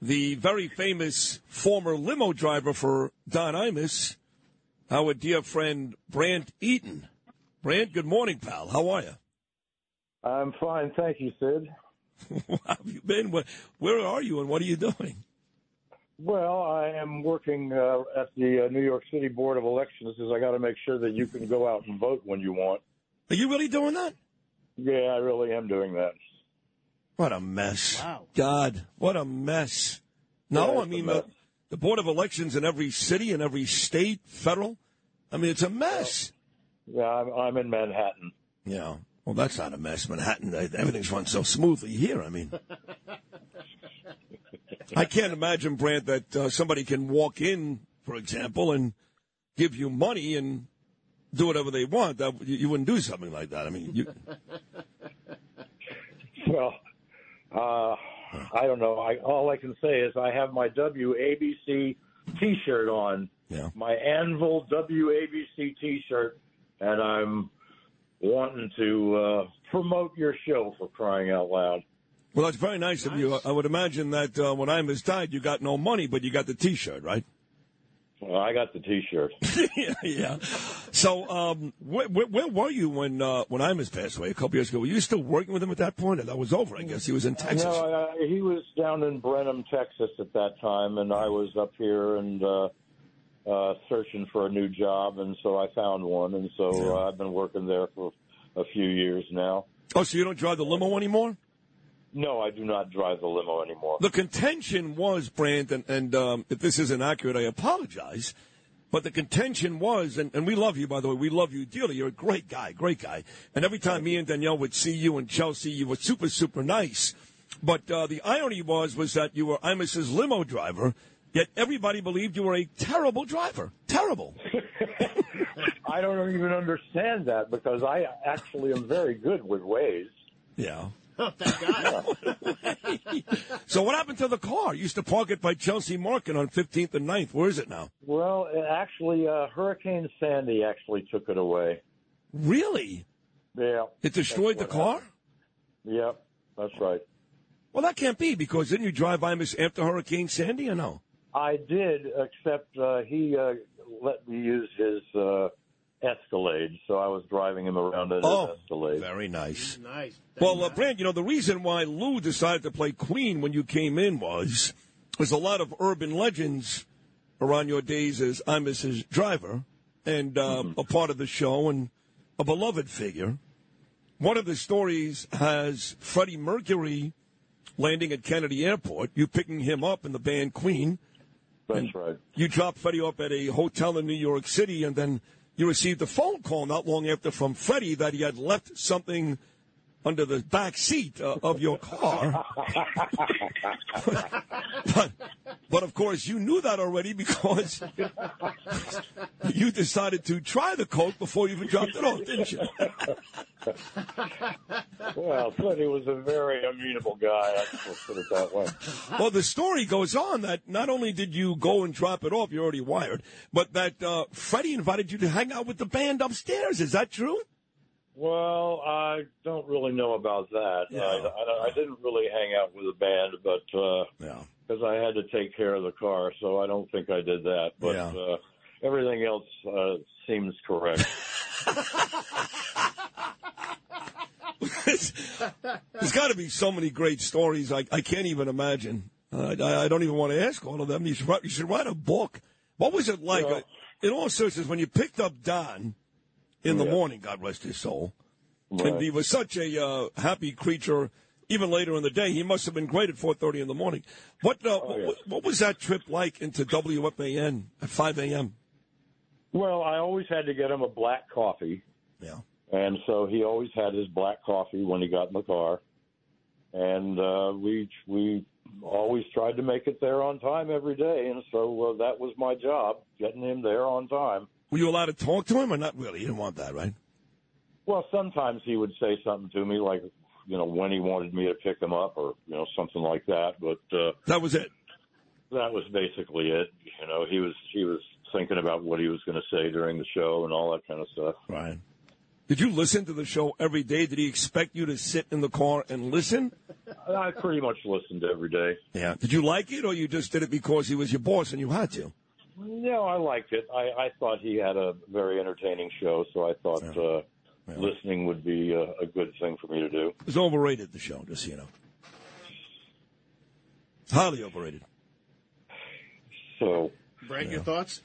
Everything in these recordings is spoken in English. the very famous former limo driver for Don Imus, our dear friend Brant Eaton. Brant, good morning, pal. How are you? I'm fine, thank you, Sid. Where have you been? Where, where are you and what are you doing? Well, I am working uh, at the uh, New York City Board of Elections because I got to make sure that you can go out and vote when you want. Are you really doing that? Yeah, I really am doing that. What a mess. Wow. God, what a mess. No, I Yeah, it's a mean, mess. the, the Board of Elections in every city, in every state, federal. I mean, it's a mess. Yeah, I'm, I'm in Manhattan. Yeah. Well, that's not a mess. Manhattan, uh, everything's run so smoothly here. I mean, I can't imagine, Brant, that uh, somebody can walk in, for example, and give you money and do whatever they want. That, you, you wouldn't do something like that. I mean, you, Well, uh, I don't know. I, all I can say is I have my WABC T-shirt on, yeah. my Anvil WABC T-shirt, and I'm wanting to uh, promote your show for crying out loud. Well, that's very nice, of you. I- I would imagine that uh, when I was died, you got no money, but you got the T-shirt, right? Well, I got the T-shirt. yeah, yeah. So, um, where, where, where were you when uh, when Imus passed away a couple years ago? Were you still working with him at that point? And that was over, I guess. He was in Texas. No, I, I- he was down in Brenham, Texas at that time, and I was up here and uh, uh, searching for a new job, and so I found one, and so uh, I've been working there for a few years now. Oh, so you don't drive the limo anymore? No, I do not drive the limo anymore. The contention was, Brandt, and, and um, if this isn't accurate, I apologize. But the contention was, and, and we love you, by the way, we love you dearly. You're a great guy, great guy. And every time me and Danielle would see you in Chelsea, you were super, super nice. But uh, the irony was, was that you were Imus's limo driver, yet everybody believed you were a terrible driver. Terrible. I don't even understand that because I actually am very good with ways. Yeah. Thank God. So what happened to the car? You used to park it by Chelsea Market on 15th and 9th. Where is it now? Well, it actually, uh, Hurricane Sandy actually took it away. Really? Yeah, It destroyed the That's what car? yeah, that's right. Well, that can't be because didn't you drive Imus after Hurricane Sandy or no? I did, except uh, he uh, let me use his uh, Escalade, so I was driving him around in Oh, an Escalade. very nice. nice. Thank Well, uh, God. Brand, you know, the reason why Lou decided to play Queen when you came in was there's a lot of urban legends around your days as Imus's driver and uh, Mm-hmm. a part of the show and a beloved figure. One of the stories has Freddie Mercury landing at Kennedy Airport, you picking him up in the band Queen. That's right. you dropped Freddie off at a hotel in New York City, and then you received a phone call not long after from Freddie that he had left something under the back seat uh, of your car. but, but of course, you knew that already because you decided to try the coke before you even dropped it off, didn't you? Well, Freddie was a very amenable guy. I will put it that way. Well, the story goes on that not only did you go and drop it off, you're already wired, but that uh, Freddie invited you to hang out with the band upstairs. Is that true? Well, I don't really know about that. Yeah. I, I, don't- I didn't really hang out with the band, but uh Yeah. 'cause I had to take care of the car, so I don't think I did that. But Yeah. uh, everything else uh, seems correct. There's got to be so many great stories. I, I can't even imagine. Uh, I, I don't even want to ask all of them. You should, write, you should write a book. What was it like? Yeah. In all seriousness, when you picked up Don in the Yeah. morning, God rest his soul, and Right. he was such a uh, happy creature. Even later in the day, he must have been great at 4:30 in the morning. What uh, Oh, yeah. what, what was that trip like into WFAN at 5 a.m.? well, I always had to get him a black coffee. Yeah. And so he always had his black coffee when he got in the car. And uh, we we always tried to make it there on time every day. And so uh, that was my job, getting him there on time. Were you allowed to talk to him or not really? You didn't want that, right? Well, sometimes he would say something to me like, you know, when he wanted me to pick him up or, you know, something like that. But uh, That was it. that was basically it. You know, he was he was thinking about what he was going to say during the show and all that kind of stuff. Right. Did you listen to the show every day? Did he expect you to sit in the car and listen? I pretty much listened every day. Yeah. Did you like it, or you just did it because he was your boss and you had to? No, I liked it. I, I thought he had a very entertaining show, so I thought Yeah. uh, Yeah. listening would be a, a good thing for me to do. It was overrated, the show, just so you know. Highly overrated. So Brad, your thoughts?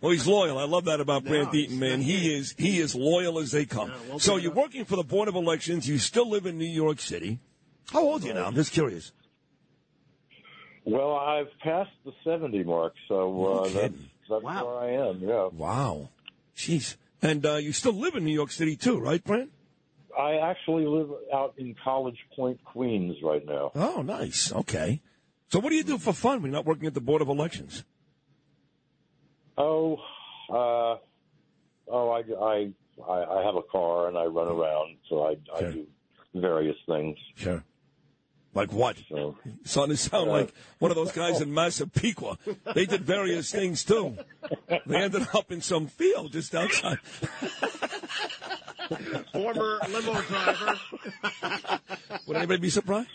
Well, he's loyal. I love that about Brant he's Deaton, man. He is he is loyal as they come. No, won't so be you're enough. working for the Board of Elections. You still live in New York City. How old are you now? I'm just curious. Well, I've passed the 70 mark, so No uh, that's, kidding. that's Wow. where I am, yeah. Wow. Jeez. And uh, you still live in New York City too, right, Brant? I actually live out in College Point, Queens right now. Oh, nice. Okay. So what do you do for fun when you're not working at the Board of Elections? Oh, uh, oh, I, I, I I have a car and I run around, so I, I Sure. do various things. Sure. Like what? So Starting to sound like one of those guys in Massapequa. They did various things too. They ended up in some field just outside. Former limo driver. Would anybody be surprised?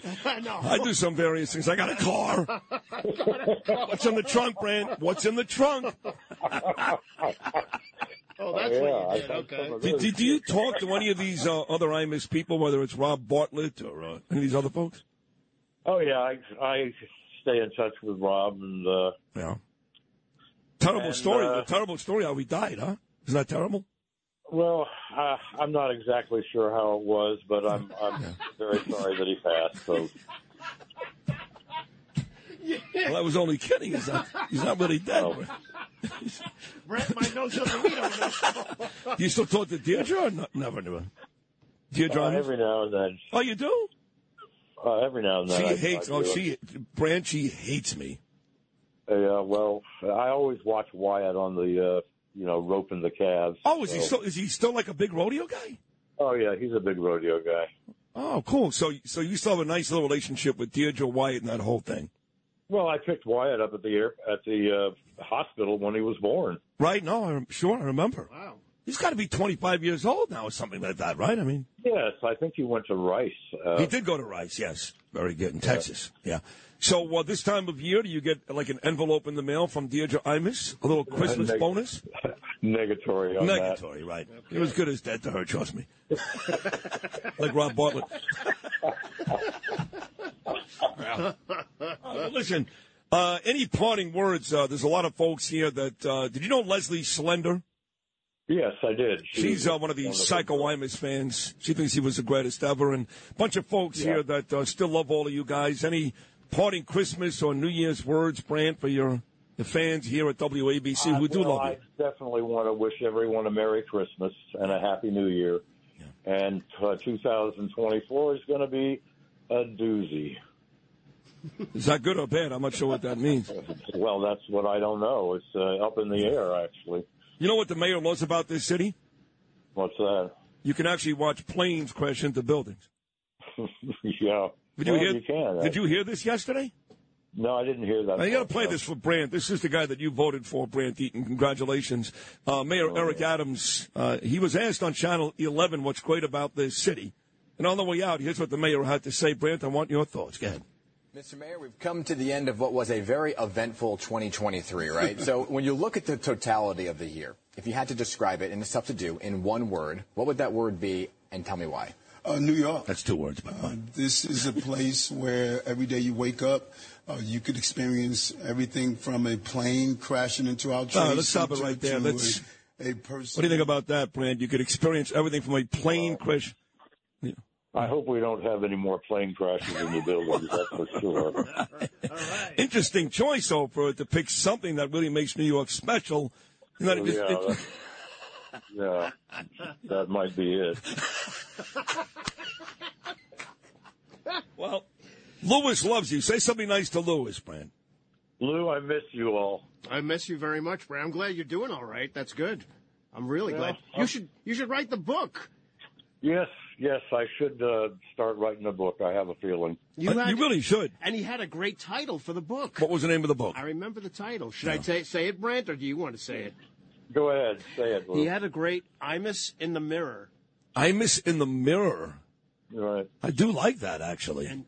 no. I do some various things. I got a car. What's in the trunk, Brand? What's in the trunk? Oh, uh, yeah, that's what you I did. have Okay. some of Do, those. do, do you talk to any of these uh, other Imus people, whether it's Rob Bartlett or uh, any of these other folks? Oh yeah, I, I stay in touch with Rob, and uh, Yeah. Terrible And, story. uh, The terrible story how he died, huh? Isn't that terrible? well, uh, I'm not exactly sure how it was, but I'm I'm very sorry that he passed. So Well, I was only kidding. He's not, he's not really dead. Oh. Brad might know something we don't know. Do you still talk to Deirdre? Or not? Never knew her. Deirdre? uh, Imus? every now and then, oh, you do? uh, every now and then, She I, hates. I oh, do it. she. Brand, she hates me. Yeah, well, I always watch Wyatt on the uh, you know roping the calves. Oh, is he so- still? Is he still like a big rodeo guy? Oh yeah, he's a big rodeo guy. Oh, cool. So, so you still have a nice little relationship with Deirdre White and that whole thing, Well, I picked Wyatt up at the air, at the uh, hospital when he was born. right? No, I'm sure I remember. Wow. He's got to be 25 years old now, or something like that, right? I mean, Yes, I think he went to Rice. Uh, he did go to Rice, yes. Very good in Texas, yeah. So, uh, this time of year, do you get like an envelope in the mail from Deirdre Imus, a little Christmas neg- bonus? negatory on that. Negatory, right? You're as good as dead to her, trust me. like Rob Bartlett. Uh, listen, uh, any parting words? Uh, there's a lot of folks here that uh, did you know Leslie Slender? Yes, I did. She She's was uh, one of the the- Psycho Imus fans. She thinks he was the greatest ever, and a bunch of folks here that uh, still love all of you guys. Any parting Christmas or New Year's words, Brant, for your the fans here at WABC who do Uh, Well, love you? I definitely want to wish everyone a Merry Christmas and a Happy New Year. And uh, 2024 is going to be a doozy. Is that good or bad? I'm not sure what that means. Well, that's what I don't know. It's uh, up in the air, actually. You know what the mayor loves about this city? What's that? You can actually watch planes crash into buildings. yeah. Did you Well, hear? can. uh, did you hear this yesterday? No, I didn't hear that. Now, you got to play part. this for Brandt. This is the guy that you voted for, Brandt Eaton. Congratulations, uh, Mayor Eric Adams. Uh, he was asked on Channel 11 what's great about this city, and on the way out, here's what the mayor had to say. Brandt, I want your thoughts. Go ahead. Mr. Mayor, we've come to the end of what was a very eventful 2023, right? so when you look at the totality of the year, if you had to describe it, and it's tough to do, in one word, what would that word be, and tell me why? Uh, New York. That's two words, but Uh, this is a place where every day you wake up, uh, you could experience everything from a plane crashing into our train. Uh, let's stop it to- right there. to Let's- A, a person. What do you think about that, Brandt? You could experience everything from a plane crash. I hope we don't have any more plane crashes in the buildings. That's for sure. Interesting choice, though, for it to pick something that really makes New York special. You know, it just- Yeah, it- that, yeah, that might be it. well, Lewis loves you. Say something nice to Lewis, Brandt. Lou, I miss you all. I miss you very much, Brad. I'm glad you're doing all right. That's good. I'm really Yeah, glad. You I'm- should you should write the book. Yes, yes, I should uh, start writing a book. I have a feeling. You, Uh, had, you really should. and he had a great title for the book. What was the name of the book? I remember the title. Should I say say it, Brent, or do you want to say it? Go ahead, say it. Lou. He had a great Imus in the mirror. I miss in the mirror. All right. I do like that actually.